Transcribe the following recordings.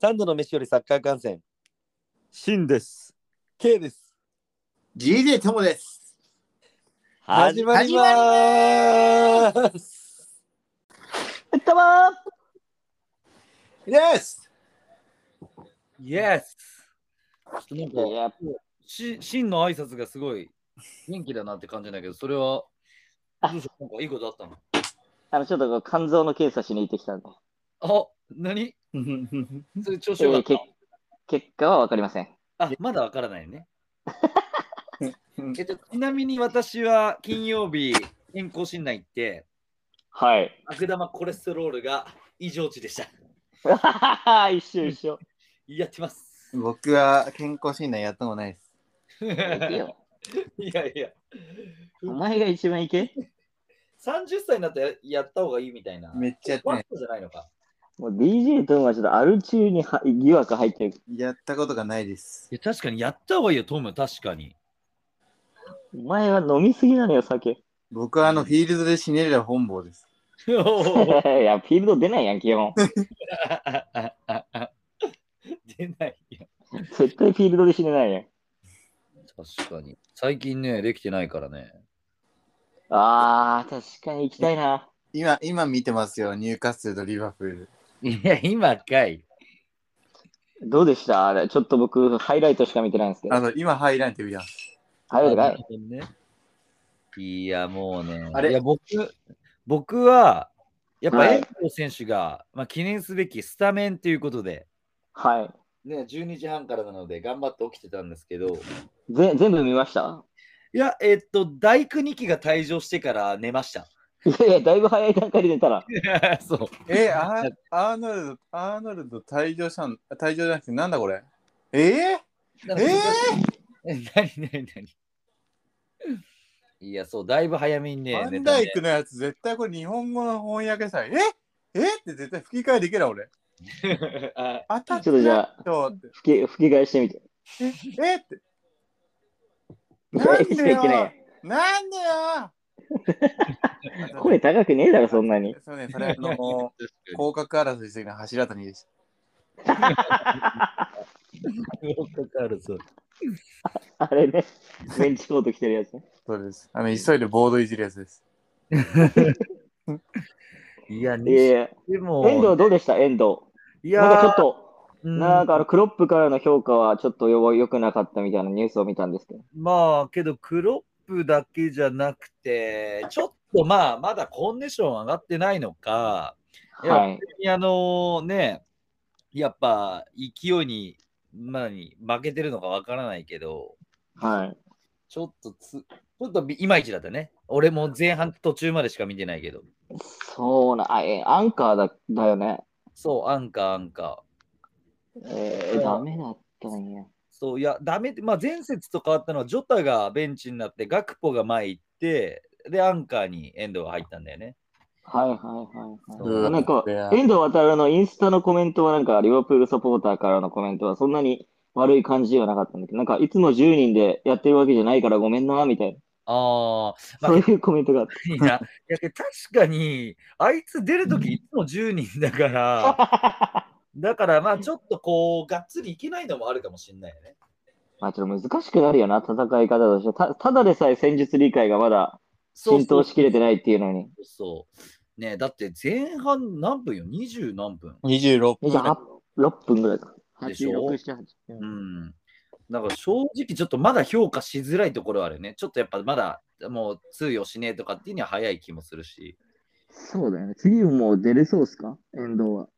三度の飯よりサッカー観戦シンです。 K です。 GJ ともです。始まりまーす。どうもですイエスちょっとなんか、やし、シンの挨拶がすごい元気だなって感じなんだけど、それは、どうしたなんかいいことあったのあの、ちょっとこう肝臓の検査しに行ってきたんで、あ、何 それ調子よかえっーた、け結果は分かりません。あ、まだわからな いね。えっと、ちなみに私は金曜日、健康診断行って、はい。悪玉コレステロールが異常値でした。一緒一緒。やってます。僕は健康診断やったことないです。い行けやよ いや、お前が一番行け。 30歳になったらやった方がいいみたいな。めっちゃやってワなッい。トじゃないのか。もう DJ ともはちょっとアル中には疑惑入ってる。やったことがないです。いや確かにやった方がいいよ、トム、確 かに。 お前は飲みすぎなのよ、酒。 僕はあのフィールドでシネレラ本坊です。いや、フィールド出ないやん、基本。出ないよ。絶対フィールドで死ねないやん。確かに。最近ね、できてないからね。あー、確かに行きたいな。今、今見てますよ。ニューカッスルとリバプール。いや、今かい。どうでしたあれ、ちょっと僕、ハイライトしか見てないんですけどあ。の、今ハイラインって見てます。ハイライトかいねいや、もうね。あれいや僕、僕は、やっぱはい遠藤選手が、まあ、記念すべきスタメンということで、はい。ね、12時半からなので、頑張って起きてたんですけど、ぜ全部見ましたいや、えっと、大工2期が退場してから寝ました。 いやいや、だいぶ早い段階で出たら。そう。え、アーアーノルド、アーノルド退場したん、退場じゃなくてなんだこれえー、なんかええ、 なになになにいや、そう、だいぶ早めにー、ねア、寝ンたダねイクのやつ絶対これ日本語の翻訳さえええって絶対吹き替えできる俺。 当あたっちょっとじゃあ、とって。吹き吹き返してみて。ええって。なんいでやいけよないなんで よ声高くねえだろ、そんな に。すみません、それあの、広角争いしてるの柱谷です。かるそう。あれね、ベンチコート着てるやつね。そうです。あの、急いでボードいじるやつです。いいやや、いにや、して遠藤も、どうでした、遠藤。いなんかちょっやと、うんなんかあのクロップからの評価はちょっとよ良くなかったみたいなニュースを見たんですけど。まあ、けど、クロップだけじゃなくて、ちょっとまあ、まだコンディション上がってないのか、いやはい。あのね、やっぱ、勢いに、まあ、に負けてるのかわからないけど、はい。ちょっとつ、ちょっといまいちだったね。俺も前半途中までしか見てないけど。そうな、あ、え、アンカーだだよね。そう、アンカー、アンカー。えうんー、ダメだったんや。そう、いや、ダメって、まあ、前節と変わったのは、ジョタがベンチになって、ガクポが前行って、で、アンカーに遠藤が入ったんだよね。はいはいはい、うはい。んなんかいや、遠藤航のインスタのコメントは、なんか、リバプールサポーターからのコメントは、そんなに悪い感じではなかったんだけど、なんか、いつも10人でやってるわけじゃないからごめんな、みたいあな、そういうコメントがあっあ、いいな。いや、けど確かに、あいつ出るときいつも10人だ から、た。だから、まあ、ちょっとこう、がっつりいけないのもあるかもしれないよね。まあ、ちょっと難しくなるよな、戦い方として。たただでさえ戦術理解がまだそう浸透しきれてないっていうのに。そう。ねだって前半何分よ ?20 何分26じゃあ、6分ぐらいか。でし8、ょ6、7、8。ううんん。だから正直ちょっとまだ評価しづらいところはあるよね。ちょっとやっぱまだもう通用しねえとかっていうには早い気もするし。そうだよね。次もう出れそうっすか遠藤は。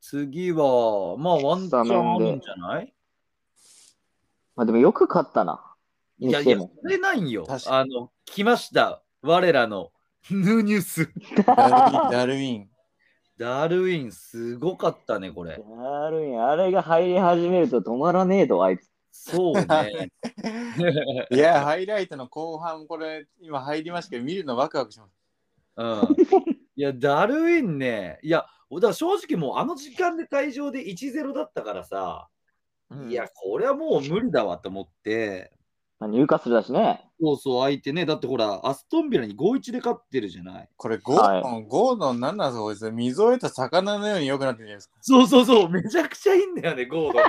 次は、まあワンチャンあるんじゃないまあ、でもよく勝ったな。いやにしいてや、もそれないよ。確かあの、来ました。我らのヌーニュース。ダルウィン。ダルウィン、すごかったね、これ。やるんや、あれが入り始めると止まらねえと、あいつ。そう ね。いや、ハイライトの後半、これ、今入りましたけど、見るのワクワクします。うん。いや、ダルウィンね。いや、だから正直もうあの時間で退場で1-0だったからさ。いや、これはもう無理だわと思って、まあニューカッスルだしね。そうそう、相手ね。だってほら、アストンビラに5-1で勝ってるじゃない。これ、ゴードン、ゴードンなんなんですかこいつ。水を得た魚のように良くなってるじゃないですか。そうそうそう、めちゃくちゃいいんだよね、ゴー ドン。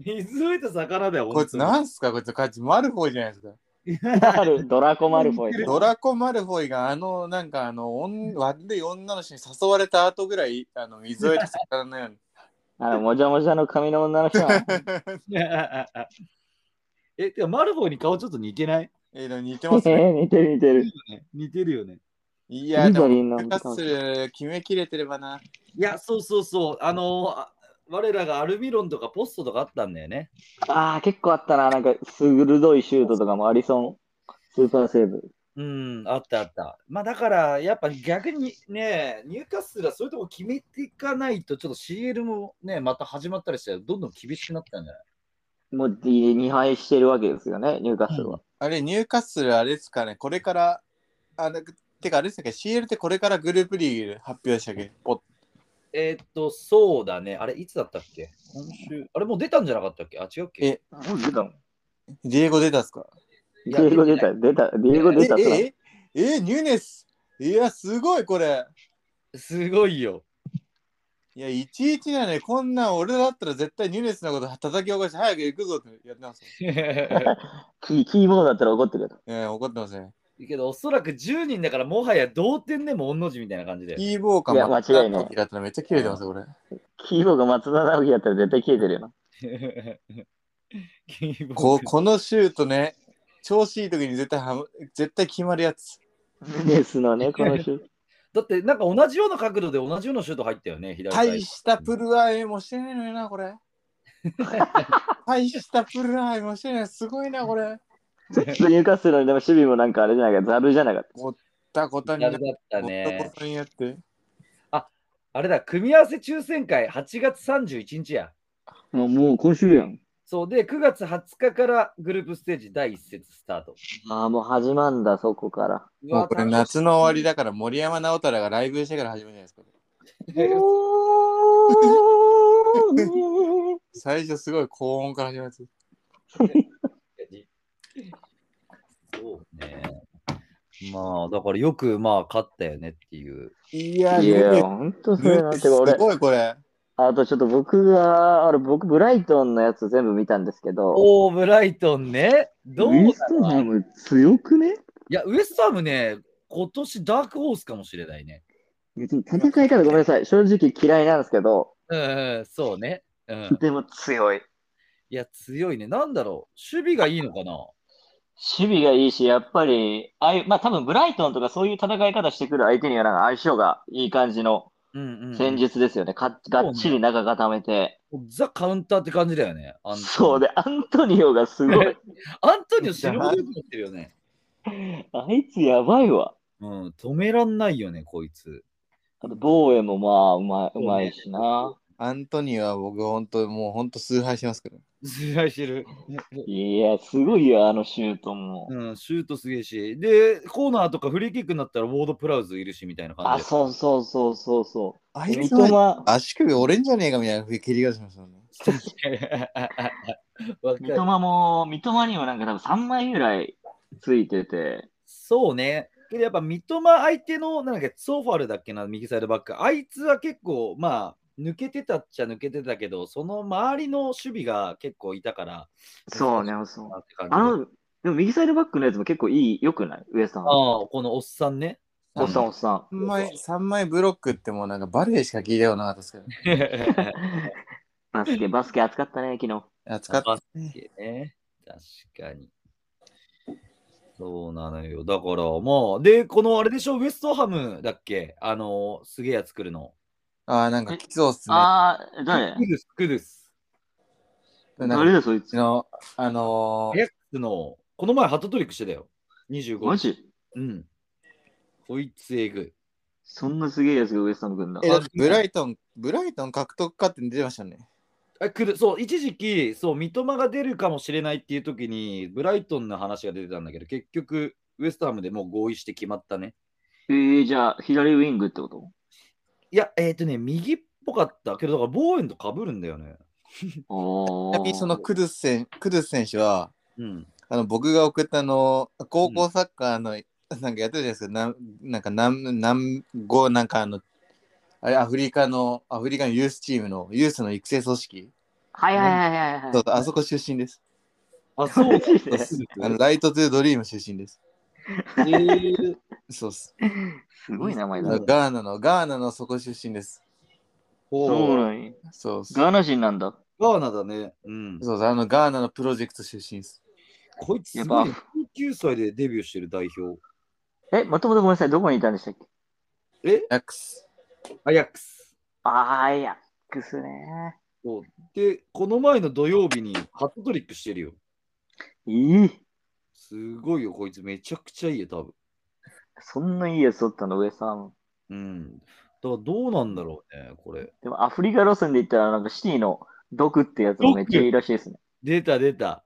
水を得た魚だよ、こいつ、なんすかこいつ、こいつ、マルフォイじゃないですか。マル、ドラコマルフォ イ。ドラコ・マルフォイが、あの、なんか、あの、おん悪い女の人に誘われた後ぐらい、あの、水を得た魚のように。あの、もじゃもじゃの髪の女の人は。ラ。 え、てか、マルフォーに顔ちょっと似てないえ、でも似てますね。 え似てる似てる。似てるよね。いや、でも、緑のカッスル、決めきれてればな。いや、そうそうそう。あのーあ我らがアルミロンとかポストとかあったんだよね。ああ、結構あったな。なんか、鋭いシュートとかもアリソン、スーパーセーブ。うん、あったあった。まあだから、やっぱ逆にね、ニューカッスルはそういうとこ決めていかないと、ちょっと CL もね、また始まったりして、どんどん厳しくなったんじゃないもう2敗してるわけですよね、ニューカッスルは。あれ、ニューカッスル、あれですかね、これから、あの、てか、あれですか、CL ってこれからグループリーグ発表でしたっけポッえーっと、そうだね。あれ、いつだったっけ今週。あれ、もう出たんじゃなかったっけあ、違うっけえうん、出たのディエゴ出たっすかいデやィエゴ出た、出た、ディエゴ出た。え、え、え、ニューネス。いや、すごい、これ。すごいよ。いや、いちいちなのに、こんなん俺だったら絶対ニューネスのこと叩き起こして、早く行くぞってやってますよ。キーキーボードだったら怒ってるよ。ええ、怒ってますね。けど、おそらく10人だから、もはや同点でも御の字みたいな感じで。キーボーカーいやも間違いないだったらめっちゃ切れてますよ、これ。キーボーが松田直樹だったら絶対消えてるよな。キーボードここのシュートね、調子いい時に絶対はむ絶対決まるやつ。ネスのね、この人。だって、なんか同じような角度で同じようなシュート入ったよね、左サイド大したプルアイもしてないのよな、こ れ。大したプルアイもしてない。すごいな、これ。ニューカッスルのでも守備もなんかあれじゃないか、ザルじゃなかっだこたにな左だったこね。たにやって。あれだ、組み合わせ抽選会8月31日や。た。もうもう今週やん。そうで、9月20日からグループステージ第1節スタート。ああ、もう始まんだ、そこ から。うもうわこれ夏の終わりだから森山直太朗がライブしてから始めるじゃないですか。最初すごい高音から始まるやつ。そうね。まあ、だからよくまあ勝ったよねっていう。いやいや、ほんとそれな。てすか 俺、ごいこれ。あとちょっと僕が、あれ僕、ブライトンのやつ全部見たんですけど、おー、ブライトンね。どうだウろィうストハム強くねいや、ウエストハムね、今年ダークホースかもしれないね。別に戦い方ごめんなさい、正直嫌いなんですけど、うん、うん、そうね。うん。でも強い。いや、強いね。なんだろう。守備がいいのかな守備がいいし、やっぱり、ああいうまあ多分ブライトンとかそういう戦い方してくる相手にはなんか相性がいい感じのうんうん。戦術ですよね。かがっちり中固めて。ザ・カウンターって感じだよね。アンそうで、アントニオがすごい。アントニオ死ぬほど良くなってるよね。 あいつやばいわ。うん、止めらんないよね、こいつ。あと、ボーエもまあ、うまい、うまいしな。アントニーは僕本当もう本当崇拝しますけど。ずらしてる。いや、すごいよ、あのシュートも。うん、シュートすげえし。で、コーナーとかフリーキックになったらウォード・プラウズいるしみたいな感あ、じで。そうそうそうそうそあう。い三つは笘、足首折れんじゃねえかみたいな蹴りがしましたもんね。 わか三る笘も、三笘にもなんか多分3枚ぐらいついてて、そうね。けどやっぱ三笘相手の、なんだっけ、ソファルだっけな、右サイドバック。あいつは結構、まあ、抜けてたっちゃ抜けてたけど、その周りの守備が結構いたから。そうね、そう。なって感じであの、でも右サイドバックのやつも結構いい、良くないウエストハああ、このおっさんね。ム。おっさん、おっさん。 3枚、三枚ブロックってもうなんかバレエしか聞いたことなかったですけど。バスケ、バスケ熱かったね、昨日。扱っバスケ ね。確かに。そうなのよ。だからまあ、で、このあれでしょ、ウエストハムだっけあの、すげえやつ来るの。ああ、なんかきつそうっすね。あー、誰クルス、クルス。なん 誰かだ、そいうつち。の、あのアヤックスの、この前ハットトリックしてたよ。25。マジうん。こいつえぐい。そんなすげえやつがウエストハムくんだー、え。だってブライトン、ブライトン獲得かって出てましたね。あ来るそう一時期、そう三笘が出るかもしれないっていう時に、ブライトンの話が出てたんだけど、結局、ウエストハムでもう合意して決まったね。えー、じゃあ、左ウィングってこといや、えっ、ー、とね、右っぽかったけど、だからボーエンとかぶるんだよね。おちなみにそのクルス選クルス選手は、うん。あの僕が送ったあの高校サッカーの、 なんかやってるじゃないですかなんなんか南南語なんかあのあれアフリカのアフリカのユースチームのユースの育成組織、はいはいはいはいはい。そう そうあそこ出身ですあ、そうマジでですあのライト・トゥ・ドリーム出身ですそうっすすごい名前あだのね。ガーナのガーナのそこ出身です そうほうなんやそうっすガーナ人なんだ。ガーナだね。うん。そうそうあのガーナのプロジェクト出身ですこいつやすっごぱいね、19歳でデビューしてる代表。え、もともとごめんなさい、どこにいたんでしたっけえヤックスアヤックス。あー、いや、くすねそうで、この前の土曜日にハットトリックしてるよ。いい。すごいよ、こいつめちゃくちゃいいよ、多分。そんないいやつおったの、上さん。うん。だからどうなんだろうね、これ。でもアフリカ路線で言ったら、なんかシティの毒ってやつもめっちゃいいらしいですね。出た出た。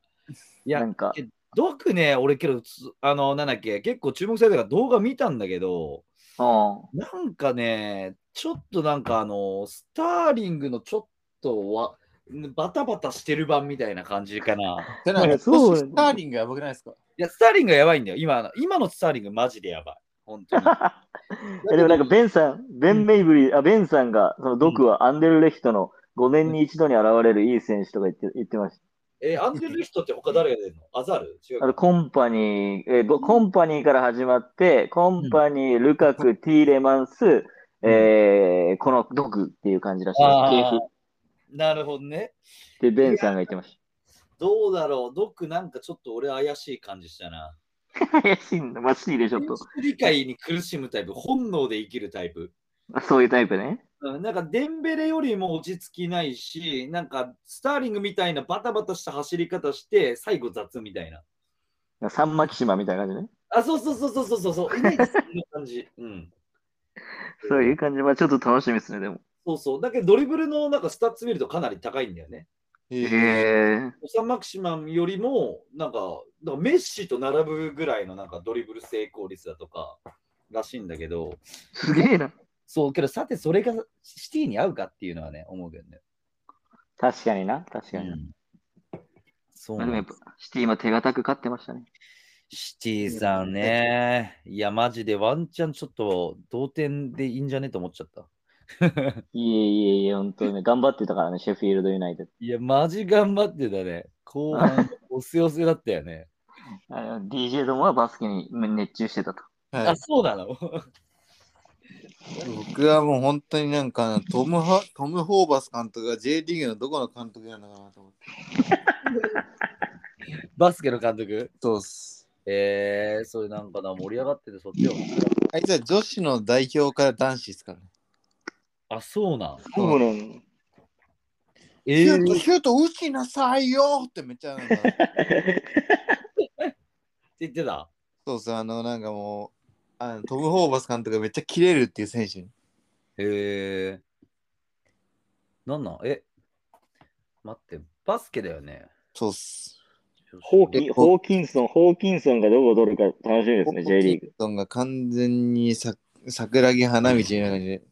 いやなんか、ドクね、俺けど、つあの、なんだっけ、結構注目されたから動画見たんだけど、うん。なんかね、ちょっとなんかあの、スターリングのちょっとわバタバタしてる版みたいな感じかな。てなんかそうスターリングやばくないですかいや、スターリングがやばいんだよ。今の、今のスターリングマジでやばい。本当に。 えでもなんかベンさん、ベン・メイブリー、あベンさんが、その毒はアンデルレヒトの5年に一度に現れるいい選手とか言って言ってました。えアンデルリヒトって他誰が出るのアザール違うあ。のコンパニー、えーごコンパニーから始まって、コンパニー、ルカク、ティーレマンス、えー、この毒っていう感じらしいですあー系譜っなるほどね。てベンさんが言ってましどうだろうドックなんかちょっと俺怪しい感じしたな。た。怪しいんだ、まあ、シティでちょっと。理解に苦しむタイプ、本能で生きるタイプ。そういうタイプね。うんなんかデンベレよりも落ち着きないし、なんかスターリングみたいなバタバタした走り方して、最後雑みたいな。サンマキシマみたいな感じね。あ、そうそうそうそうそうそう そう、イメージそんな感じ。うん。そういう感じ、まあちょっと楽しみですね、でも。そうそう。だけどドリブルのなんかスタッツ見るとかなり高いんだよね。へええ。オサン・マクシマンよりも、なんか、なんかメッシと並ぶぐらいのなんかドリブル成功率だとか、らしいんだけど、すげえな。そう、けどさてそれがシティに合うかっていうのはね、思うけどね。確かにな、確かにな。そうまなあんでもだやっぱ、シティも手堅く勝ってましたね。シティさんね。いや、マジでワンチャンちょっと同点でいいんじゃねと思っちゃった。いえいえいえ、本当にね、頑張ってたからね、シェフィールドユナイテッいや、マジ頑張ってたね。後半、おせおせだった よね。ド。あの DJ どもはバスケに熱中してたと。はあ、い、そうなの僕はもう本当になんかトムハトム・ホーバス監督が J リーグのどこの監督なのかなと思って バスケの監督そうっすえー、それなんかな、盛り上がっててそっちを。あいつは女子の代表から男子ですからねあ、そうなん。そうね。えシュート、シュート打ちなさいよってめっちゃなんか、言ってた。そうそう、あの、なんかもう、あのトム・ホーバス監督がめっちゃ切れるっていう選手に。へえ。なんなんえ、待って、バスケだよね。そうっす。ホーキンホーキンソン、ホーキンソンがどこを取るか楽しみですね、J リホーーグ。キンソンが完全にさ桜木花道みたいな感じで。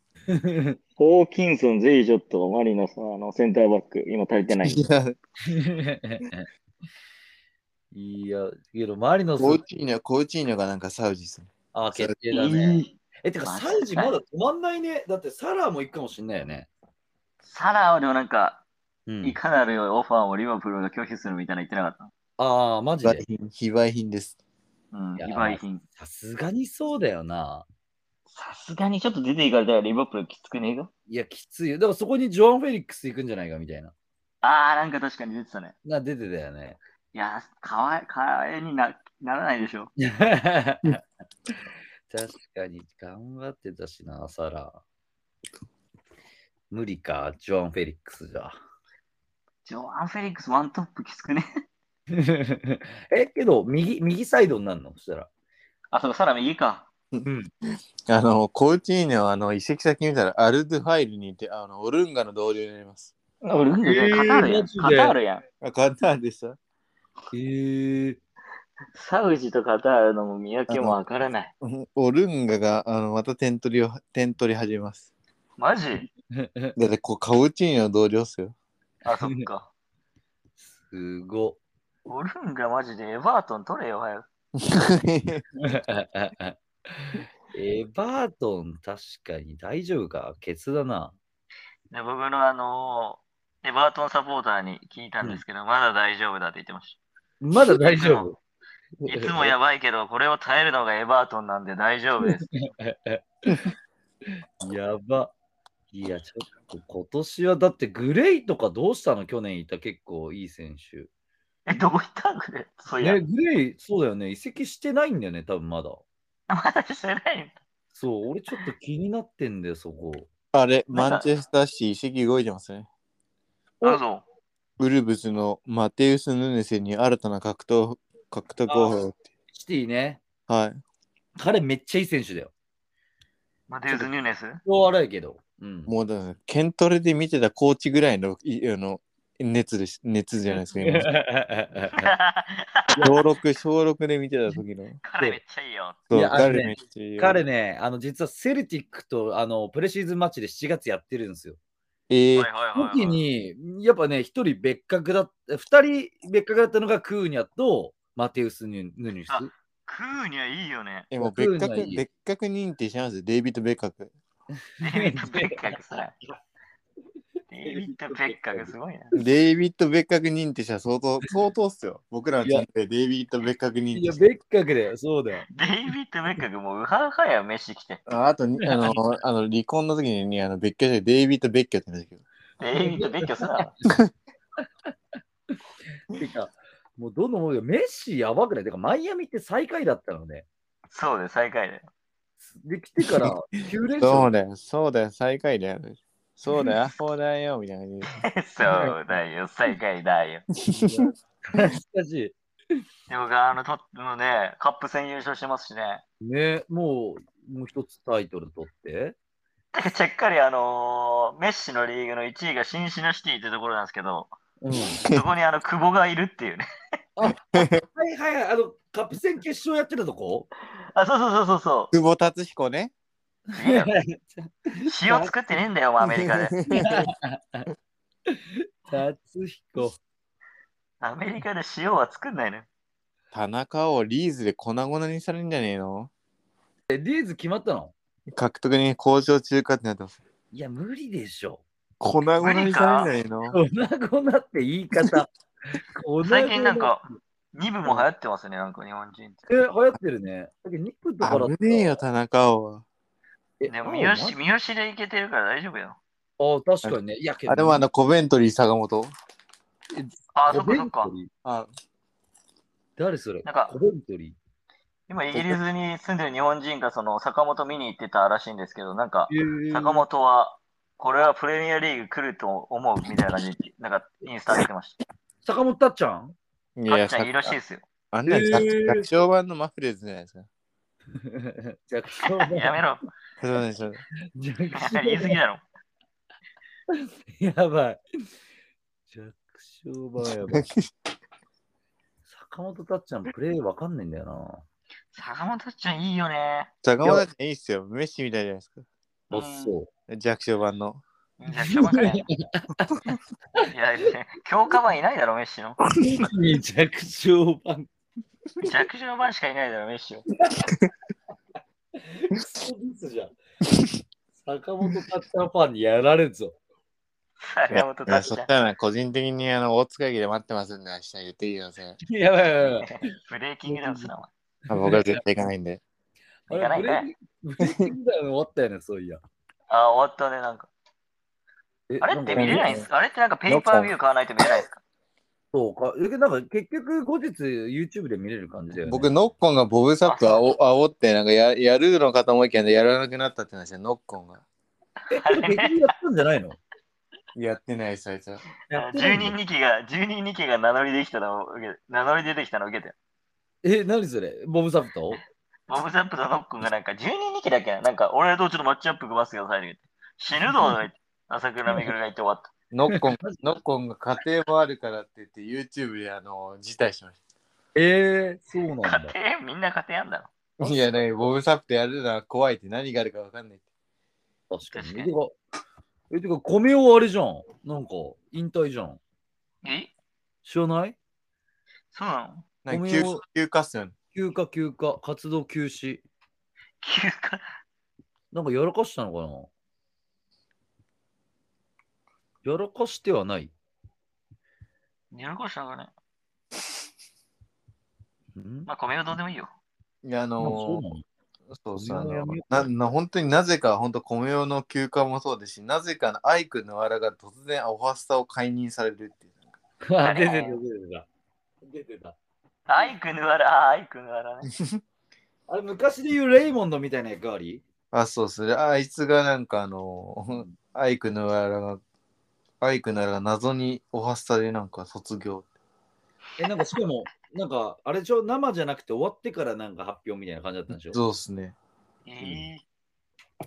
ホーキンソン、ゼイジョット、マリノスのあのセンターバック、今足りてない。いや、 いや、けど、周りのコーチーニョ、コーチーニョがなんかサウジですね。あ、決定だね。いいえ、てか、サウジまだ止まんないね。だって、サラーも行くかもしんないよね。サラはでもなんか、うんいかなるオファーをリバプールが拒否するみたいな言ってなかっああ、マジ非売で。品、非売品です。た。うん、いや非売品。さすがにそうだよな。さすがにちょっと出ていかれたらリバプールきつくねえかいや、きついよ。だから、そこにジョアン・フェリックス行くんじゃないかみたいな。ああ、なんか確かに出てたね。な、出てたよね。いやー、かわい、かわいになならないでしょ。確かに頑張ってたしな、サラ。無理か、ジョアン・フェリックスじゃ。 ジョアン・フェリックスワントップきつくね。え、けど、右、右サイドになるのそしたら。あ、そうか、さら右か。あの、コーチーニョはあの移籍先見たらアルドゥファイルにいて、あの、オルンガの同僚になります。俺、うんえーカタールやん。マジでカタールやん。あ、簡単でした。へえ。サウジとカタールのもう見分けもわからない。うんオルンガが、あの、また点取りを、点取り始めます。マジだ って、こう、コーチーニョの同僚っすよ。あ、そっか。 すご。ウルンがマジでエバートン取れよ、早く。エバートン、確かに大丈夫かケツだな。で僕のあのーエバートンサポーターに聞いたんですけど、まだ大丈夫だって言ってましまだ大丈夫。た。いつもやばいけど、これを耐えるのがエバートンなんで大丈夫です。やば。いや、ちょっと今年はだってグレイとかどうしたの去年いた結構いい選手。え、どこ行ったんこれそういや、 ね、グレイ、そうだよね。移籍してないんだよね、多分まだ。まだしてないんだ。そう、俺ちょっと気になってんだよ、そこ。 あれ、マンチェスターシー、席動いてますね。おあ、そウルブスのマテウス・ヌネセに新たな格闘、格闘候補って。シティね。はい。彼めっちゃいい選手だよ。う。マテウス・ニューネス超荒いけど。うん。もうだから、ケントレで見てたコーチぐらいの、いあの、熱です、熱じゃないですか、今。 小6、小6で 見てた時の。彼めっちゃいいよ。そう、いやあのね彼めっちゃいいよ 彼ね、あの実はセルティックとあのプレシーズンマッチで7月やってるんですよ。えはーいはいはいはい時に、やっぱね、1人別格だった、2人別格だったのがクーニャとマテウス・ヌヌニュス。あクーニャいいよね。え、もう僕別が格、いい別格認定しますよ、デイビッド・ベッカク。デイビッド・ベッカクさ。デイビッド・ベッカクすごいな。デイビッド・ベッカク認定者は相当、相当っすよ。僕らのチームでデイビッド・ベッカク認い定や、者。別格だよ、そうだよ。デイビッド・ベッカクもうウハウハや飯来て。ああとに、あの、あの離婚の時にね、あの別居して、デイビッド・ベッキョって言うんだけど。デイビッド・ベッカクさ。てか、もうどんどん思うよ、メッシやばくないてか、マイアミって最下位だったのね。そうで、最下位だよ。で、来てから9連そう勝。だよ、そうだよ、最下位だよ。そう だよ、そうだよ、みたいな感じで。そうだよ、最下位だよ。 しかし、でも、あの、トップのね、カップ戦優勝してますしね。ね、もう、もう一つタイトル取って。てか、ちゃっかり、あのーメッシのリーグの1位がシンシナシティってところなんですけど、うん、そこにあの、久保がいるっていうね。はいはいはい、あの、カップ戦決勝やってたとこあ、そうそうそうそうそ久保達彦ね。ういいよ。塩作ってねえんだよ、お前アメリカで。達彦。アメリカで塩は作んないのよ。田中をリーズで粉々にされるんじゃねえの え、リーズ決まったの獲得に交渉中かってなってます。いや、無理でしょ。粉々にされるんじゃねえの 粉々って言い方。粉々最近なん。か、2部も流行ってますね、なんか日本人っえ、流行ってるね。だけど、肉とかだったら危ねえよ、。田中を。えて。でも、あ三好、三好でいけてるから大丈夫よ。あ、確かにね。いや、けどあ、でもあの、コベントリー坂本。あ、そっかコベそっントか。リーあ、誰それなんかコベントリ今、イギリスに住んでる日本人が、その、坂本見に行ってたらしいんですけど、なんか、ー。坂本は、これはプレミアリーグ来ると思うみたいな感じで、なんか、インスタ上げてまし坂本たっちゃん いた。かっちゃさんいいらしいですよ。あんなへにー百姓版のマフレーズじゃないですか。弱小だ。やめろ。そうでしょ。弱小だ言い過ぎだろ。やばい。弱小版 やばい。坂本たっちゃん、プレイわかんないんだよな。坂本ちゃんいいよね。坂本達いいっすよ。メッシみたいじゃないですか。あ、そう。弱小版の。うん。じゃあ、しょうがない。いや、強化版いないだろ、メッシの。弱小版。弱小版しかいないだろ、メッシを。クソディスじゃん。坂本たっちゃんファンにやられるぞ。坂本いや達そちしゃん。たら個人的にあの大塚駅で待ってますんで、明日言っていいのせ。やばいやばい。ブレーキングダウンすな、お前あ僕は絶対行かないんで。あ行かないれ、行ブかレなイキブレイキングダウン終わったよね、そういや。あ、終わったね、なんか。えあれって見れないんんでかすあれってなんかペーパービュー買わないと見れないんですかそうか。えなんか結局、後日 YouTube で見れる感じだよね。僕、ノッコンがボブサップあお煽って、なんかややるのかと思いきや、やらなくなったって話で、ノッコンが。え、これ結局やったんじ ゃないのやってないです、あいつは。やってな10いんだ人2期が、10人2期が名乗りできたのを受け、名乗り出てきたのを受けて。え、何それボブサプトボブザップとノックンがなんか10人2期だっけななんか俺とちょっとマッチアップ組ませてくださいって言って。死ぬぞ、とか言って朝倉未来が言って終わった。ノッコン、ノッコンが家庭もあるからって言って、YouTube であの辞退しましえー、そうなんだ。家庭みんな家庭やんだろ。た。いや、ね、ボブサップやるのは怖いって何があるかわかんないって。確かに。確え、かにてか、え、てか、米をあれじゃん。なんか、引退じゃん。え知らないそうなのなんごかめん休よ休暇っすよね。休暇、休暇、活動休止。休暇。なんかやらかしたのかなやらかしてはない。やらかしたのかね。んまあ、米はどうでもいいよ。いや、あなんかのそうなのー、そう米そう、あをやのめようなな、本当になぜか、本当、米用の休暇もそうですし、なぜかのアイクのあらが突然、アオハスタを解任されるっていう。あ出てた、出てた。出てた。アイクヌアラ、あアイクヌアラね。あれ、昔で言うレイモンドみたいな役割あ、そうそれ。あいつがなんかあの、アイクのあらが、アイクのあらが謎にオハスタでなんか卒業。え、なんかしかも、 なんか、あれでしょ、生じゃなくて終わってからなんか発表みたいな感じだったんでしょそうっすね。えー、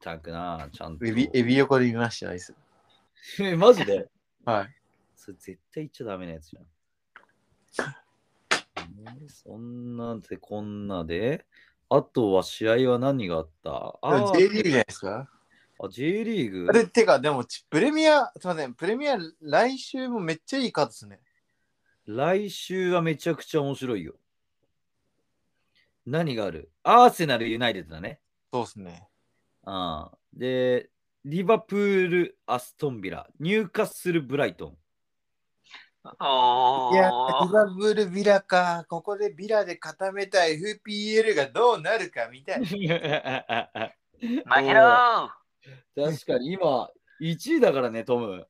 たくな、ちゃんと。エビ、エビ横で見ました、あいつ。 えマジではい。それ絶対言っちゃダメなやつじゃん。えそんなんでこんなで、あとは試合は何があったでもあ J リーグじゃないですかあ J リーグで、てか、でもち、プレミア、すいません、プレミア、来週もめっちゃいいカードですね。来週はめちゃくちゃ面白いよ。何があるアーセナル、ユナイテッドだね。そうっすね。ああで、リバプール、アストンビラ、入荷するブライト ン。おー。いや、リバブルビラか。ここでビラで固めた FPL がどうなるかみたいな。負けろー確かに今、1位だからね、トム。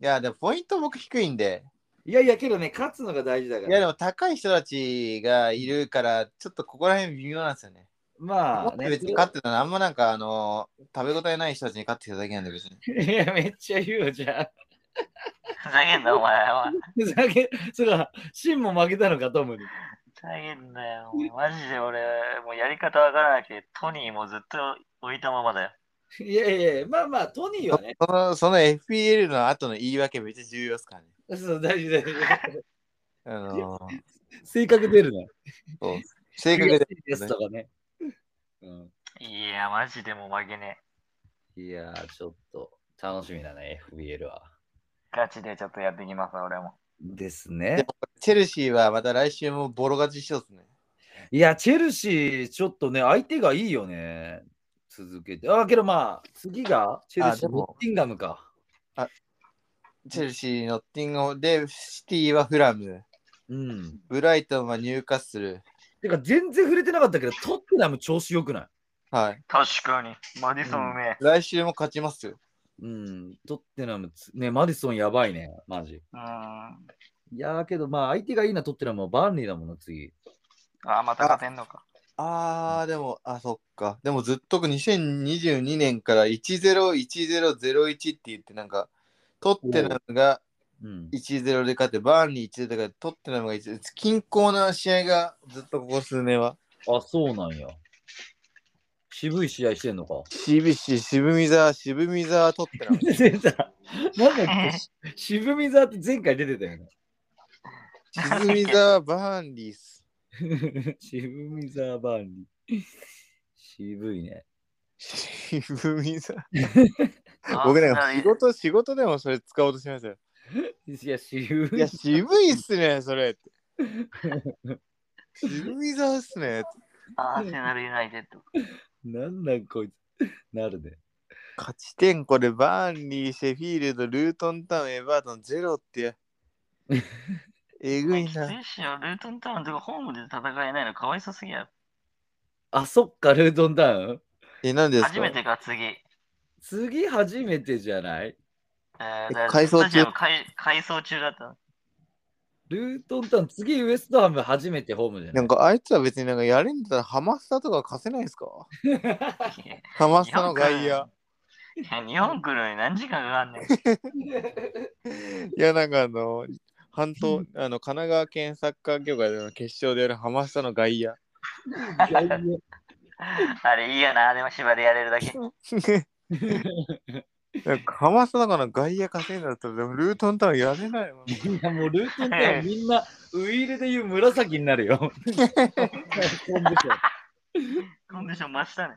いや、でもポイント僕低いんで。いやいや、けどね、勝つのが大事だかいや、でら。も高い人たちがいるから、ちょっとここら辺微妙なんですよね。まあ、ね、別に勝ってたのはあんまなんかあの食べ応えない人たちに勝ってきただけなんで別に。いや、めっちゃ言うよ、じゃあ。ふざけんな、お前は。ふざけ、それは、シンも負けたのか、トムに。ふざけんなよ。お前マジで俺、もうやり方わからなくて、トニーもずっと置いたままだよ。いやいやいや、まあまあ、トニーはね、そのその FPL の後の言い訳めっちゃ重要ですからね。そう、大事大事。あのー性格出るね。そう正確で。ですとかね。うん、いや、マジでもう負けねいやー、ちょっと楽しみだね、FBL は。え。ガチでちょっとやってきます、俺も。ですでね。チェルシーはまた来週もボロ勝ちしそうですね。いや、チェルシー、ちょっとね、相手がいいよね。続けて。あー、けどまあ、次がチェルシあでー、もノッティンガムか。チェルシー、ノッティングで、シティはフラム、うん。ブライトンは入荷する。てか、全然触れてなかったけど、トッテナム調子良くないはい。確かに。マディソンうめえ。来週も勝ちますよ。うん、トッテナムつ、ね、マディソンやばいね、マジ。うん。あいやーけど、まあ、相手がいいな、トッテナムはバーンリーだもんな、次。ー、また勝てんのか。あー、でも、あ、そっか。でもずっと2022年から101001って言って、なんか、取ってなのが、うん。 1-0で勝って、バーンリー1-0で勝って、トッテナムが1-0。均衡な試合がずっとここ数年は。あ、そうなんや。渋い試合してんのか。渋し、渋みざ、渋みざ、トッテナ ム。出てた。なんだっけし渋み沢って前回出てたよ 渋みざ、バーンリーっす。ね。 渋み沢バーンリー。渋いね。渋みざ。あ僕ねだから、仕事、仕事でもそれ使おうとしますよ。いや、渋いいや、。渋いっすね、それ。渋みざっすね。アーセナルユナイテッド。なんなんこいつ。なるね。勝ち点、これ、バーンリー、シェフィールド、ルートンタウン、エバートン、ゼ ロって。えぐいきつな。いっしょ、ルートンタウンとかホームで戦えないのかわいそうすぎやろ。あ、そっか、ルートンダウン。え、なんです初かめてか、次。え次、初めてじゃないー、だから改装スタ中ジアム改改装中だった。ルートンダウン、次、ウエストハム初めてホームじゃなないんかあいつは別になんかやれんだったらハマスタとか貸せないですかいやハマスタの外野。日い本来るいや日本来るのに何時間かかんねん。やなんかあの、半島、あの神奈川県サッカー協会での決勝でやるハマスタの外野。あれいいよな、でも芝でやれるだけ。なんかハマスタとかの外野稼いだったらでもルートンタウンやれないもん。いやもうルートンタウンみんなウイールで言う紫にな るよ。 コンディション増したね。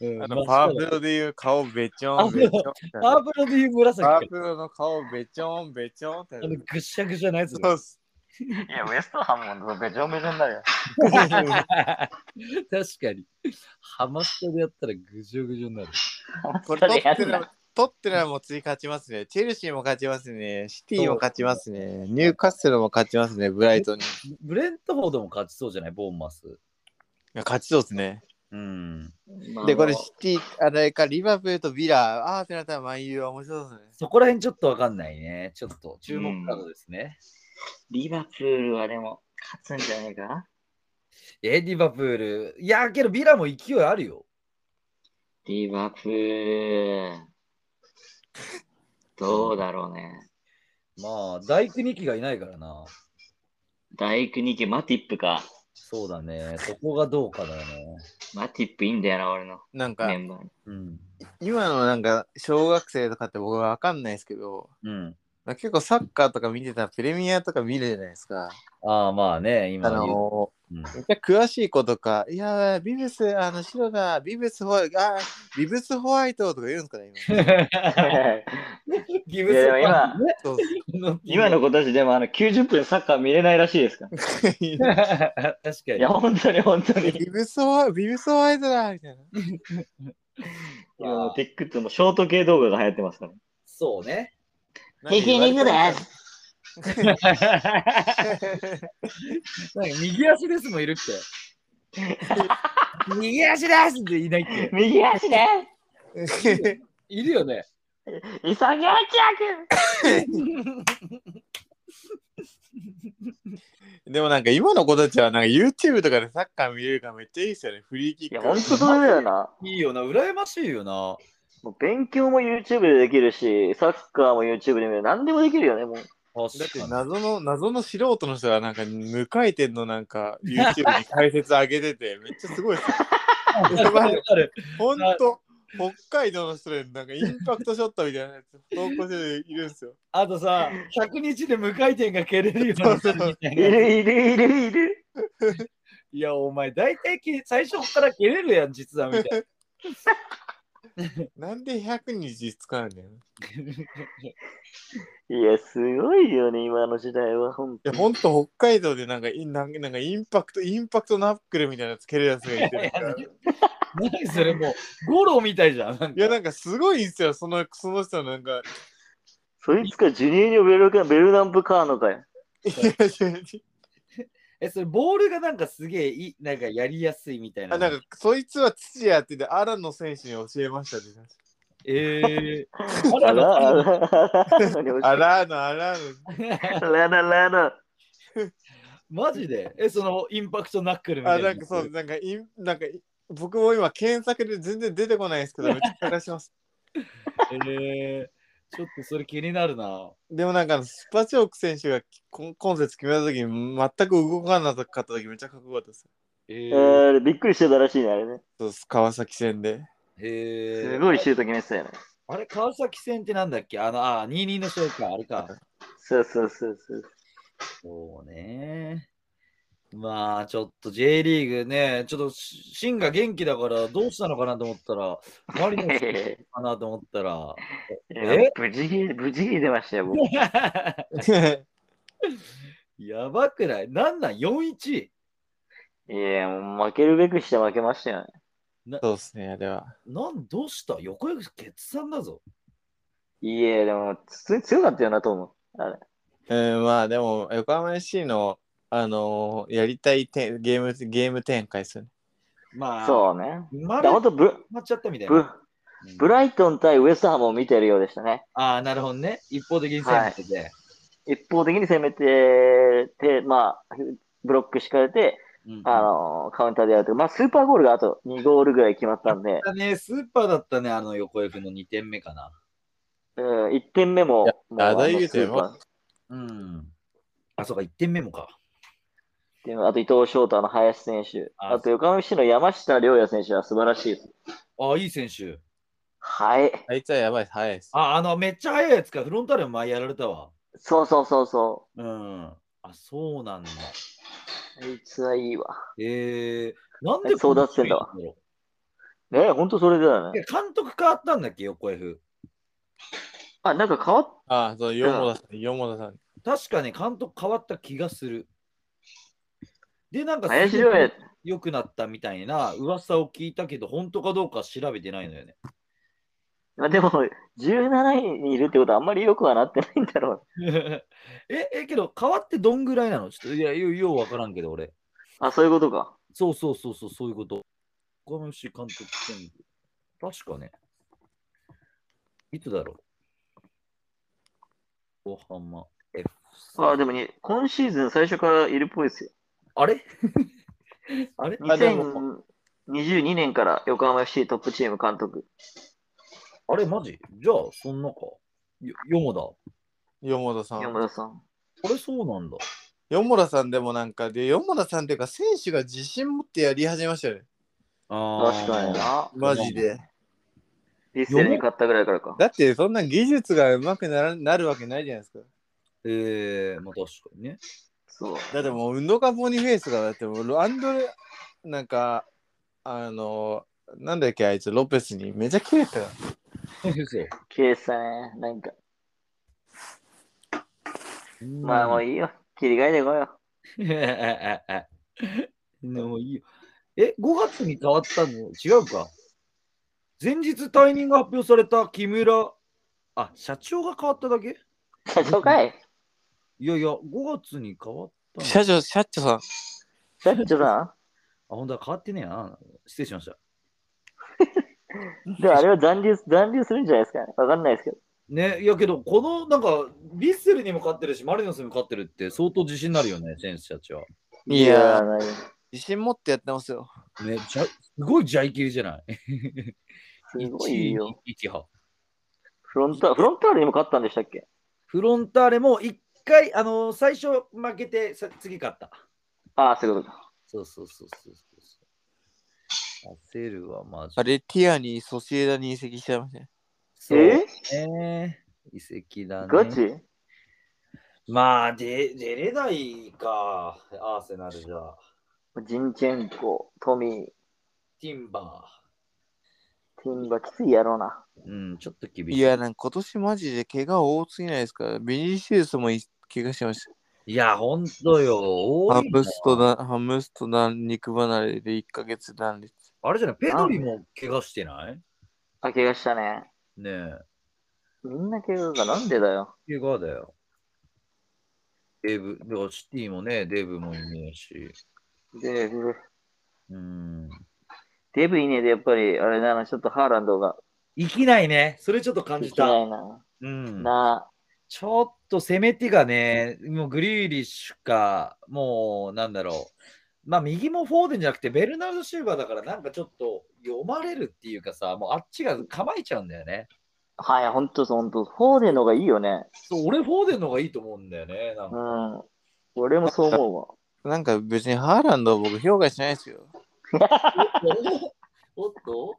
うんあのパープロでいう顔べちょんべちょん。パープロで言う紫パかー。プロの顔べちょんべちょんって。あのぐっしゃぐしゃなやつ。そうっすいや、ウエストハムもべちょんべちょになるよ。 確かに。ハマスタでやったらぐじょぐじょになる。これそれ取やっんなてる。取ってるも次勝ちますね。チェルシーも勝ちますね。シティも勝ちますね。ニューカッスルも勝ちますね。ブライトンに。いブレントフォードも勝ちそうじゃないボーンマス。や勝ちそうですね。うん。まあで、これシティ、あれか、リバプールとビラああーってなったら万有は面白そうですね。そこら辺ちょっとわかんないね。ちょっと注目カードですね。リバプールはでも、勝つんじゃないかえ、リバプール。いや、けどビラも勢いあるよ。リバプール。どうだろうね。まあ、大工2期がいないからな。大工に行け、マティップか。そうだね。そこがどうかだよね。マティップいいんだよな、俺のなんかメ、ンバ ーに。うん。今のなんか、小学生とかって僕はわかんないですけど、うん。まあ結構サッカーとか見てたらプレミアとか見るじゃないですか。ああ、まあね、今あのうめんっちゃ詳しい子とか、いやー、ビブス、あの、白だ、ビブスホワイト、あービブスホワイトとか言うんですかね、今。ギいやでも今そう今、今の子たちでもあの90分サッカー見れないらしいですから。そう 確かいにや、。本当に本当に。いビブスホワイト、ビブスホワイトだみたいな。や、もう TikTok もショート系動画が流行ってますから。そうね。ひき肉です。なんか右足ですもいるって。 右足ですっていないって。右足でいるよね。急げ脚でもなんか今の子たちはなんか YouTube とかでサッカー見れるからめっちゃいいですよね。フリーキッいク。や、ほんとそれだよな。いいよな、羨ましいよな。もう勉強も YouTube でできるし、サッカーも YouTube で見る。何でもできるよね、もう。だっ確てか謎の謎の素人の人がなんか無回転のなんか YouTube に解説上げてて めっちゃすごいですよ。に。 わか るわかるほんと北海道の人でなんかインパクトショットみたいなやつ投稿しているんですよ。あとさ、100日で無回転が蹴れるようになるみたいいな。るいるいるいる。いや、お前、大体け最初から蹴れるやん、実はみたいな。なんで100日使うんだよ。いや、すごいよね、今の時代は。ほんいやほんと北海道でなんかインなんかなんかインパクトインパクトナックルみたいなやつ蹴るやつがいてる から。何それもう、ゴロみたいじゃん。なんいかやなんかすごいんですよ、そのその人のなん か。そいつか、ジュニーニョベルカベルナンプカーノかよ。いやいやいやえ、それ、ボールがなんかすげえいい、なんかやりやすいみたいな。あなんかそいつは土やってて、アランの選手に教えましたね。えー、あらあらあらあら。アラーノ、アラーノ。あらららら。マジでえ、そのインパクトナックルみたあ、いな。なんかそう、なんか、いなんか、い僕も今検索で全然出てこないですけど、めっちゃ探します。えー、ちょっとそれ気になるな。でもなんか、スパチョーク選手が今今節決めた時全く動かなかった時めっちゃかっこよかったです。ええー、ー、びっくりしてたらしいね、あれね。そうです川崎戦 で。えすー、ごいシュート決めてたよね。あれ、川崎戦ってなんだっけあの、あ、22の勝負か、あれか。そうそうそうそう。そうね。まあ、ちょっと J リーグね、ちょっとしシンが元気だからどうしたのかなと思ったら、マリノスかなと思っ たら、いや無事に、無事に出ましたよ、僕。やばくないなんなん ?4-1? いや、もう負けるべくして負けましたよね。そうですね、あれは。なん、どうした横山決算だぞ。いや、でも、普通に強かったよなと思う。あれ。うん、まあでも、横浜 FC の、あのーやりたいてんゲーム、ゲーム展開ですよね。まあ、そうね。う。まだほんとブラ、まっちゃったみたいブな。うんブライトン対ウエストハムを見てるようでしたね。ああ、なるほどね。一方的に攻めてて。一方的に攻めて、てまあ、ブロック敷かれて、うんあのカウンターでやると。まあ、スーパーゴールがあと2ゴールぐらい決まったん で、だね、スーパーだったね、あの横山の2点目かな。うん、1点目も、もうやあのダダイユースーパーうん。あ、そうか、1点目もか。であと伊藤翔太の林選手、ああと横浜市の山下亮也選手は素晴らしいです。あ、いい選手。はい。あいつはやばいです、早いです。あ、あの、めっちゃ速いやつか。フロンターレも前やられたわ。そうそうそうそうん。あ、そうなんだ。う。あいつはいいわ。えー、なんはでい争奪戦だわこんな強いんねろほんとそれだよういね。や監督変わったんだっけ、横 F。あ、なんか変わっあ、そう、ヨモダさん、ヨモダさん。確かね、監督変わった気がする。で、なんか、林亮也、良くなったみたいな噂を聞いたけど、本当かどうか調べてないのよね。まあでも、17位にいるってことはあんまり良くはなってないんだろう。え、え、けど、変わってどんぐらいなのちょっと、いや、ようようわからんけど、俺。あ、そういうことか。そうそうそうそう、そういうこと。岡林監督選手確かね。いつだろう横浜 F。あ、でもね、今シーズン最初からいるっぽいですよ。あれ あれあでも2022年から横浜 FC トップチーム監督。あれマジじゃあ、そんなか。よ、よもだ。よもださん。山田さん。あれそうなんだ。よもださんでもなんかで、よもださんっていうか、選手が自信持ってやり始めましたよね。あ確かにあな。マジで。リステルに勝ったぐらいからか。だって、そんな技術が上手くならなるわけないじゃないですか。ええまあ確かにね。 そう。だってもう、運動カポニフェイスが、だってもう、アンドレ、なんか、あの、なんだっけ、あいつ、ロペスにめちゃ切れたよ。そう。ケースだね。なんか。まあもまあ、ういいよ。切り替えてい こうよ。でもいいよ。え、5月に変わったの違うか。前日退任が発表された木村、あ、社長が変わっただけ社長かいいやいや、5月に変わったの。あ、長、社長さん。社長だほんとは変わってねえな。失礼しました。な。でもあれは残留、 残留するんじゃないですかね。わかんないですけど。ね、いやけど、このなんか、ヴィッセルにも勝ってるし、マリノスにも勝ってるって相当自信になるよね、選手たちは。いやーー、ない自信持ってやってますよ。ね、じゃすごいジャイキリじゃないすごいよ。。 1派。フロンター、フロンターレにも勝ったんでしたっけフロンターレも1回、あのー最初負けて、さ次勝った。ああ、そういうことか。そうそうそうそうそうそう。焦るはマジ。あれ、ティアにソシエダに移籍しちゃいましたね。そうえね。遺跡だね。ガチまあ、で出れないか、アーセナルじゃ。ジンチェンコ、トミティンバー、ティンバ、きついやろうな。ー。うん、ちょっと厳しい。いや、なんか今年マジで怪我多すぎないですか。ビニシウスもい怪我してました。いや、ほんとよ。多ハいなムストだ、ハムストだ、肉離れで1ヶ月断裂。あれじゃない、ペドリも怪我してないあ、怪我したね。ねえ。みんな怪我がなんでだよ。怪我だよ。デーブ、でもシティもね、デーブもいねえし。デブ。うん。デブいねえで、やっぱり、あれだな、ちょっとハーランドが。生きないね。それちょっと感いじけなた。いな。うん。なちょっと攻め手がね、もうグリーリッシュか、もうなんだろう。まあ右もフォーデンじゃなくてベルナルド・シューバーだからなんかちょっと読まれるっていうかさ、もうあっちが構えちゃうんだよね。あ。はい、ほんとそう、ほんと。フォーデンの方がいいよね。そう、俺フォーデンの方がいいと思うんだよね。なんうかん。俺もそう思うわ。なんか別にハーランドは僕評価しないですよ。 おっと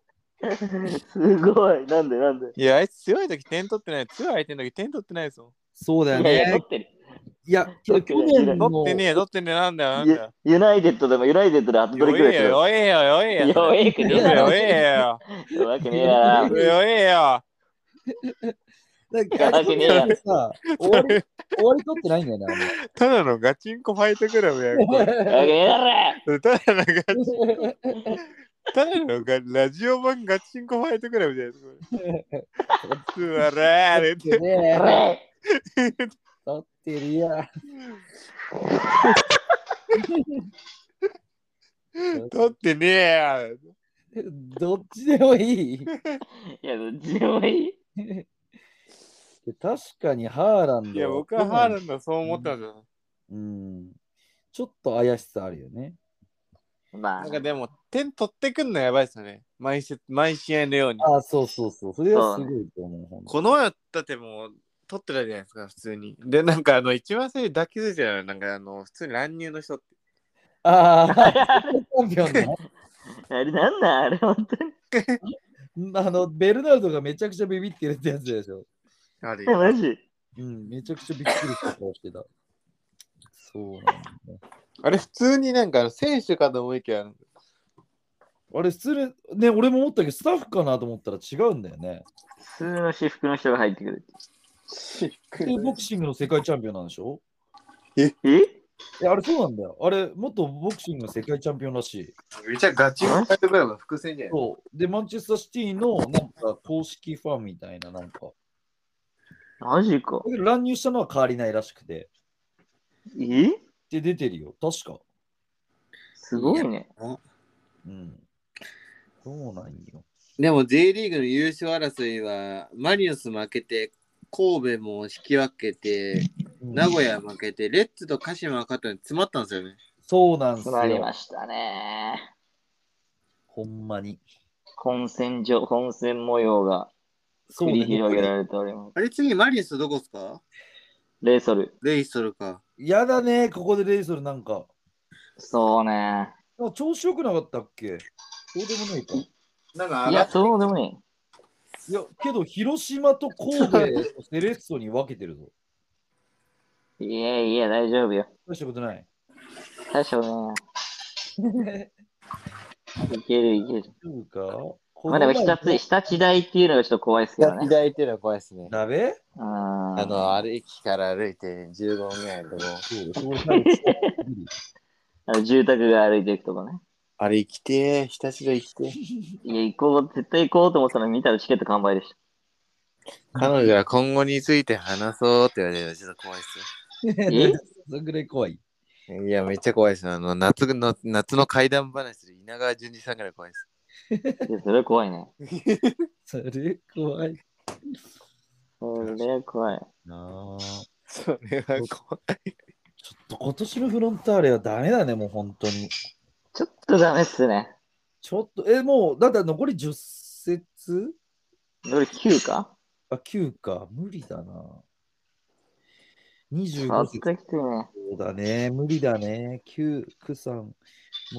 すごい。なんで、なんで。いや、あいつ強い時点取ってない。強い相手の時点取ってないですよ。そうだよいやいや、ね取っ。てる。いや、去取ってる年取のってねえ、取ってねえ、なんだよ、なんだよ。ユユナイテッドでも、ユナイテッドでハットト弱リックえですよ、よ。弱えよ、弱えよ。弱えくねえだろ弱。えよ。わけねえやな。弱えよ。なんかわけねえやろさ、終わり、終わり取ってないんだよね あんまただのガチンコファイトクラブやん。こわけねえだろ。 れただのガチただのがラジオ版ガチンコファイトクラブじゃないです か。これうわらーって。やねれ取ってるや。取ってねえよ。どっちでもいい。いや、どっちでもいい。確かにハーランド。いや、僕はハーランドはそう思ったんだ。うん。ちょっと怪しさあるよね。まあなん、かでも、点取ってくんのやばいっすよね。毎試毎試合のように。ああ、そうそうそう。それはすごいと思うほんと。この前だってもう、取ってないじゃないですか、普通に。で、なんかあの、一番最初抱きついてたよ。なんかあの、普通に乱入の人って。ああ、チャンピオンね。あれなんなんあれ、本当に。あの、ベルナルドがめちゃくちゃビビってるってやつでしょ。あれえ、マジうん、めちゃくちゃびっくりした顔してた。そうなんだ。あれ普通になんかあの選手かと思いきや、あれ、失礼、ね、俺も思ったけど、スタッフかなと思ったら違うんだよね。普通の私服の人が入ってくる。ボクシングの世界チャンピオンなんでしょえいやあれそうなんだよ。あれ、元ボクシングの世界チャンピオンらしい。めちゃガチのファイトクラブの伏線じゃん。そう。で、マンチェスターシティのなんか公式ファンみたいな、なんか。マジか。だけど乱入したのは変わりないらしくて。えで、出てるよ。確か。すごいね。うん。そうなんよ。でも J リーグの優勝争いは、マリノス負けて、神戸も引き分けて、名古屋負けて、レッツと鹿島が勝ったのに詰まったんですよね。そうなんす決まりまよ。したね。ほんまに。混戦場、混戦模様がそう繰りね。広げられております。あれ次マリノスどこっすかレイソル。レイソルか。やだね、ここでレイソルなんか。そうね。なんか調子良くなかったっけそうでもないか。いなんかいや、そうでもね。や、けど、広島と神戸、そしてレッソに分けてるぞ。いやいや、大丈夫よ。大したこと ない。大丈夫ね。いけるいける。どうか。まあでも、日立、日立大っていうのがちょっと怖いですけどね。左手の怖いですね。鍋うんあの、歩きから歩いて15分ぐらいのとこそう、そうなるあの住宅が歩いていくとかね。あれ行きてー、ひたすら行きてー。いや、行こう、絶対行こうと思ってたのに見たらチケット完売でした。彼女は今後について話そうって言われるのちょっと怖いっすえ それぐらい怖い。よ。いや、めっちゃ怖いっすよ。あの夏の夏の怪談話する稲川淳二さんぐらい怖いっす。いやそれは怖いね。それ怖いそれは怖い。なあ。それは怖い。ちょっと今年のフロンターレはダメだね、もう本当に。ちょっとダメっすね。ちょっと、え、もう、だって残り10節どれ9かあ、9か。無理だな。変わ25ってきて節ね。だね。無理だね。9、9、3。もう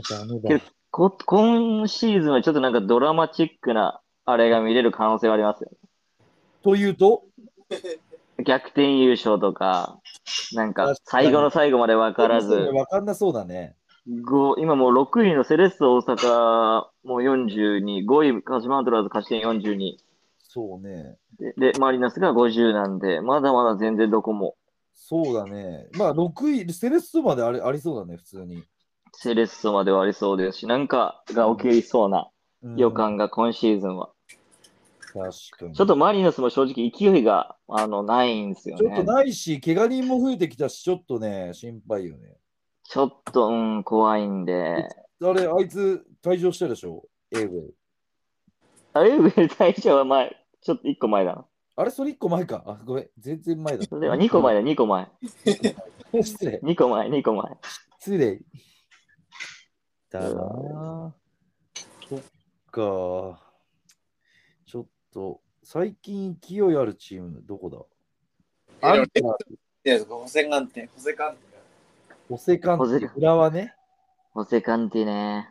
ダメだけ。こ今シーズンはちょっとなんかドラマチックなあれが見れる可能性はありますよ。というと、逆転優勝とか、なんか確かに最後の最後まで分からず、わかんなそうだね。ご今もう6位のセレッソ大阪もう42、5位鹿島アントラーズ勝ち点42そうね。で、でマリノスが50なんで、まだまだ全然どこもそうだね。まあ、6位、セレッソまであれありそうだね、普通に。セレッソまではありそうですし、なんかが起きりそうなうん予。感が今シーズンは。確かに。ちょっとマリノスも正直勢いがあのないんですよちょっね。とないし、怪我人も増えてきたし、ちょっとね、心配よね。ちょっと、うん、怖いんで。あれ、あいつ、退場したでしょ、エイウェイ。あれ、上大将は前、ちょっと1個前だな。あれ、それ1個前か。あ、ごめん、全然前だ。それは2個前だ、2個前。 失礼。 2個前、2個前。失礼。だなぁ。そっか。ちょっと、最近勢いあるチーム、どこだあんた、いや、補正観点、補正観点。ホセカンホセテ、浦和ね。ホセカンティね。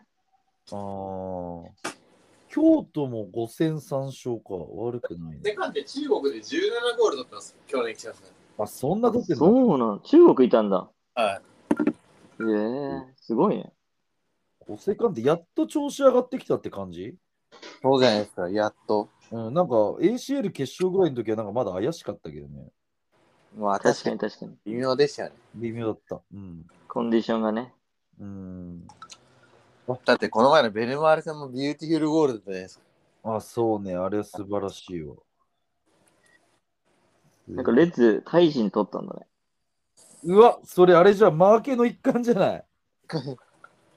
あー京都も5戦3勝か。悪くないね。観点、中国で17ゴール取ったんです去年来たんですあ、そんなことない。そうなの、中国いたんだ。はええすごいね。ホセカンテ、やっと調子上がってきたって感じい。そうじゃないですか、やっと。うん、なんか ACL 決勝ぐらいの時はなんかまだ怪しかったけどね。まあ、確確かかにに確かに。微妙でしたよね。微妙だった。うん。コンディションがね。うん。だって、この前のベルマールさんもビューティフルゴールだったじゃないですか。あ、そうね。あれは素晴らしいわ。なんかレッズ、タイ人取ったんだね。うわ、それあれじゃマーケの一環じゃない。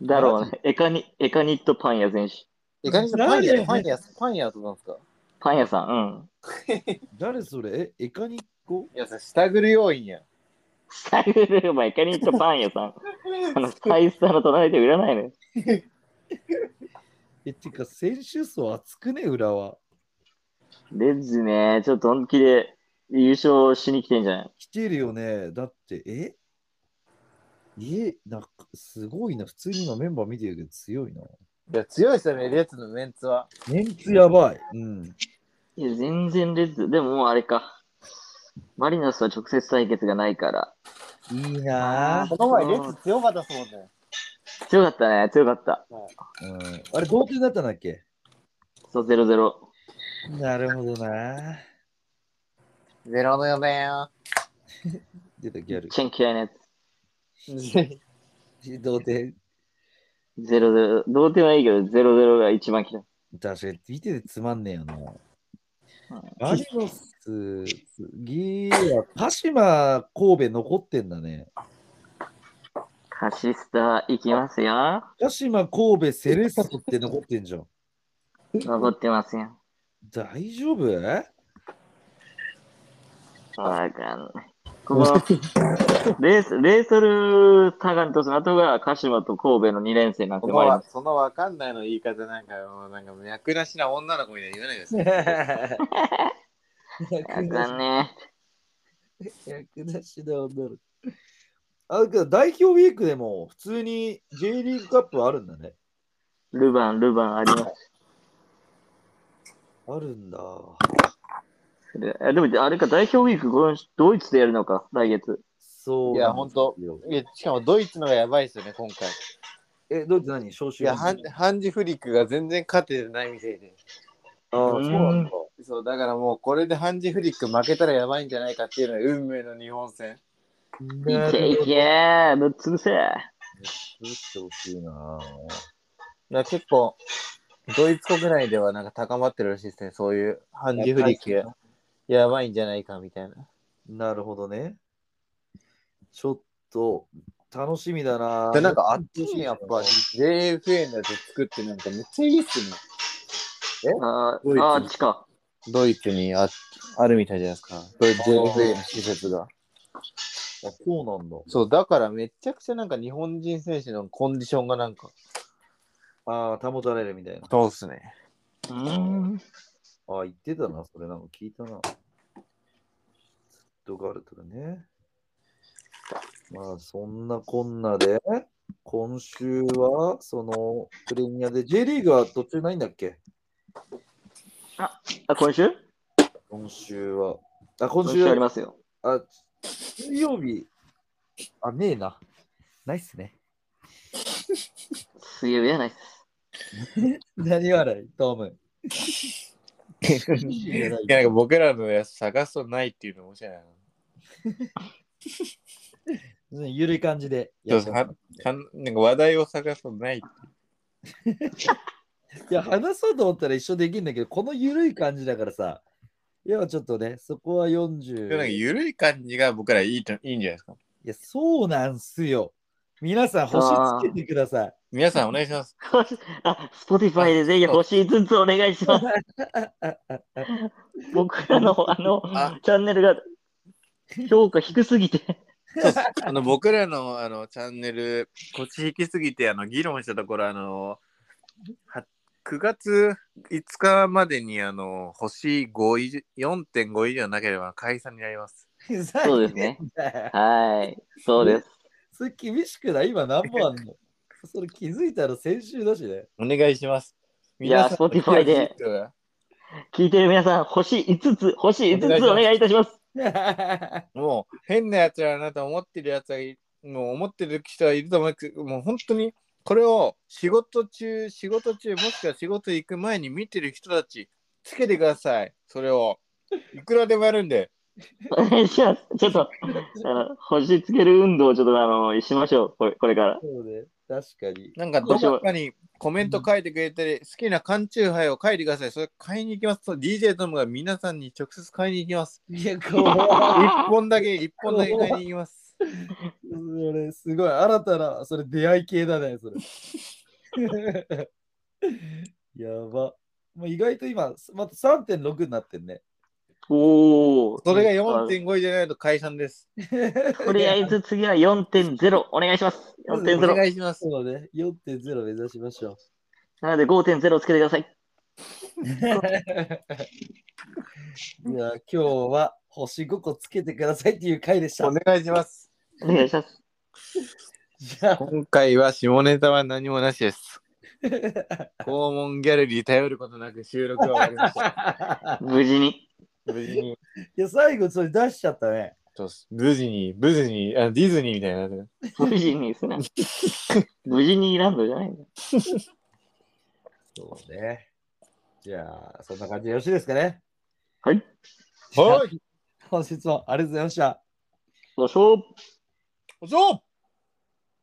だろうね。エカニ、エカニットパン屋選手。いかにせパン屋、パン屋、パン屋となんですかパン屋さん、うん。誰それえ、エカニッコいや、さ、下ぐる要員や。サグルーマ、エカニットパン屋 さん。あの、タイスターの隣で売らないのよ。え、てか、選手層厚くね、浦和。レッズね、ちょっと本気で優勝しに来てんじゃない来てるよね。だって、ええ、なんか、すごいな。普通に今メンバー見てるけど強いな。いや、強いですよね、レッツのメンツは。メンツやばい。うん。いや、全然レッズ。でももうあれか。マリノスは直接対決がないから。いいなぁ。この前、レッツ強かったですもんね。強かったね、強かった。うん、あれ、同点だったんだっけそう、0-0。なるほどなぁ。ゼロの4だ よ。出たギャル。ちゃん嫌いなや童貞、つ。ゼロゼロ。どうでもいいけど、ゼロゼロが一番嫌い。確かに見ててつまんねえよな。うマリノス、次は鹿島、神戸残ってんだね。カシスタ行きますよ。鹿島、神戸、セレッソって残ってんじゃん。残ってますよ。大丈夫わかんない。こ のレース、レーソルサガン鳥栖の後が鹿島と神戸の2連戦なんてそのもありまわす。そのわかんないの言い方なんかもうなんか脈なしな女の子みたいに言わないです。わかんね役なしだ女の子あ、だけど代表ウィークでも普通に J リーグカップあるんだね。え。ルヴァン、ルヴァンあります。あるんだ。えでも、あれか、代表ウィーク、このドイツでやるのか、来月。そう。いやほんと。いやしかもドイツのがやばいですよね、今回。え、ドイツ何招い集や、ハンハンジフリックが全然勝ててないみたいで。あーそうなんだ。そう、だからもうこれでハンジフリック負けたらやばいんじゃないかっていうのが運命の日本戦。いけいけぶっ潰せ打ってほしいな。だから結構、ドイツ国内ではなんか高まってるらしいですね、そういうハンジフリックがやばいんじゃないかみたいな。なるほどね。ちょっと楽しみだな。で、なんかあっちにやっぱ JFA のやつ作ってなんかめっちゃいいっすね。あドイツーあー、地下。ドイツにああるみたいじゃないですか。ドイツ JFA の施設が。あそうなんだ。そう、だからめちゃくちゃなんか日本人選手のコンディションがなんか。ああ、保たれるみたいな。そうっすね。うーん。ああ、言ってたな。それなんか聞いたな。ずっとガルトだね。まあ、そんなこんなで、今週は、その、プレミアで、J リーグは途中ないんだっけあ、今週今週は。あ、今今週週ありは、ますよ。あ、水曜日、あ、ねえな。ないっすね。水曜日やないっす。何笑い、ト ム。いや、なんか僕らのやつ探すとないっていうの面白いな。ゆるい感じでそやうっそてうまはす。はんなんか話題を探すとないって。いや、話そうと思ったら一緒できるんだけど、このゆるい感じだからさ、要はちょっとね、そこはでもなんか40。い緩い感じが僕らいいといいんじゃないですか。や、そうなんすよ。皆さん、星つけてください。皆さんお願いします。 あ、スポティファイでぜひ星5つお願いし ます。僕らのあのあチャンネルが評価低すぎて。あの僕らのあのチャンネル、こっち引きすぎてあの議論したところ、あのは9月5日までにあの星5以上4.5以上なければ解散になります。そうですね。ね。 はい、そうです。それ厳しくない今何本あんのそれ気づいたら先週だしね。 お願いします。いや皆さん Spotify で。聞いてる皆さん、星5つ、星5つお願いいたします。もう変なやつらだなと思ってるやつがいもう思ってる人はいると思うけど、もう本当にこれを仕事中、仕事中、もしくは仕事行く前に見てる人たち、つけてください。それを。いくらでもやるんで。お願いします。ちょっと、あの星つける運動をちょっとあのしましょう、これこれから。そうね、確かに。なんかどこかにコメント書いてくれたり、好きな缶チューハイを書いてください。それ買いに行きます。そう DJ トムが皆さんに直接買いに行きます。いや、怖い。一本だけ、一本だけ買いに行きます。それすごい新たな、それ出会い系だね、それ。 やば。もう意外と今、また3.6になってんね。おお。それが4.5じゃないと解散です。とりあえず次は4.0お願いします。お4.0。願いします。そうね、4.0目指しましょう。なので5.0つけてください。じゃあ今日は星5個つけてくださいっていう回でしたお。願いします。お願いします。じゃあ、今回は下ネタは何もなしです。肛門ギャルに頼ることなく収録が終わりました。無事に。無事に。いや最後それ出しちゃったね。そうっす無事に、無事に、あディズニーみたいになってる。無事にです ね。無事にランドじゃないんだ。そうね。じゃあ、そんな感じでよろしいですかね。はい。はい。本日もありがとうございました。ご視聴おぞ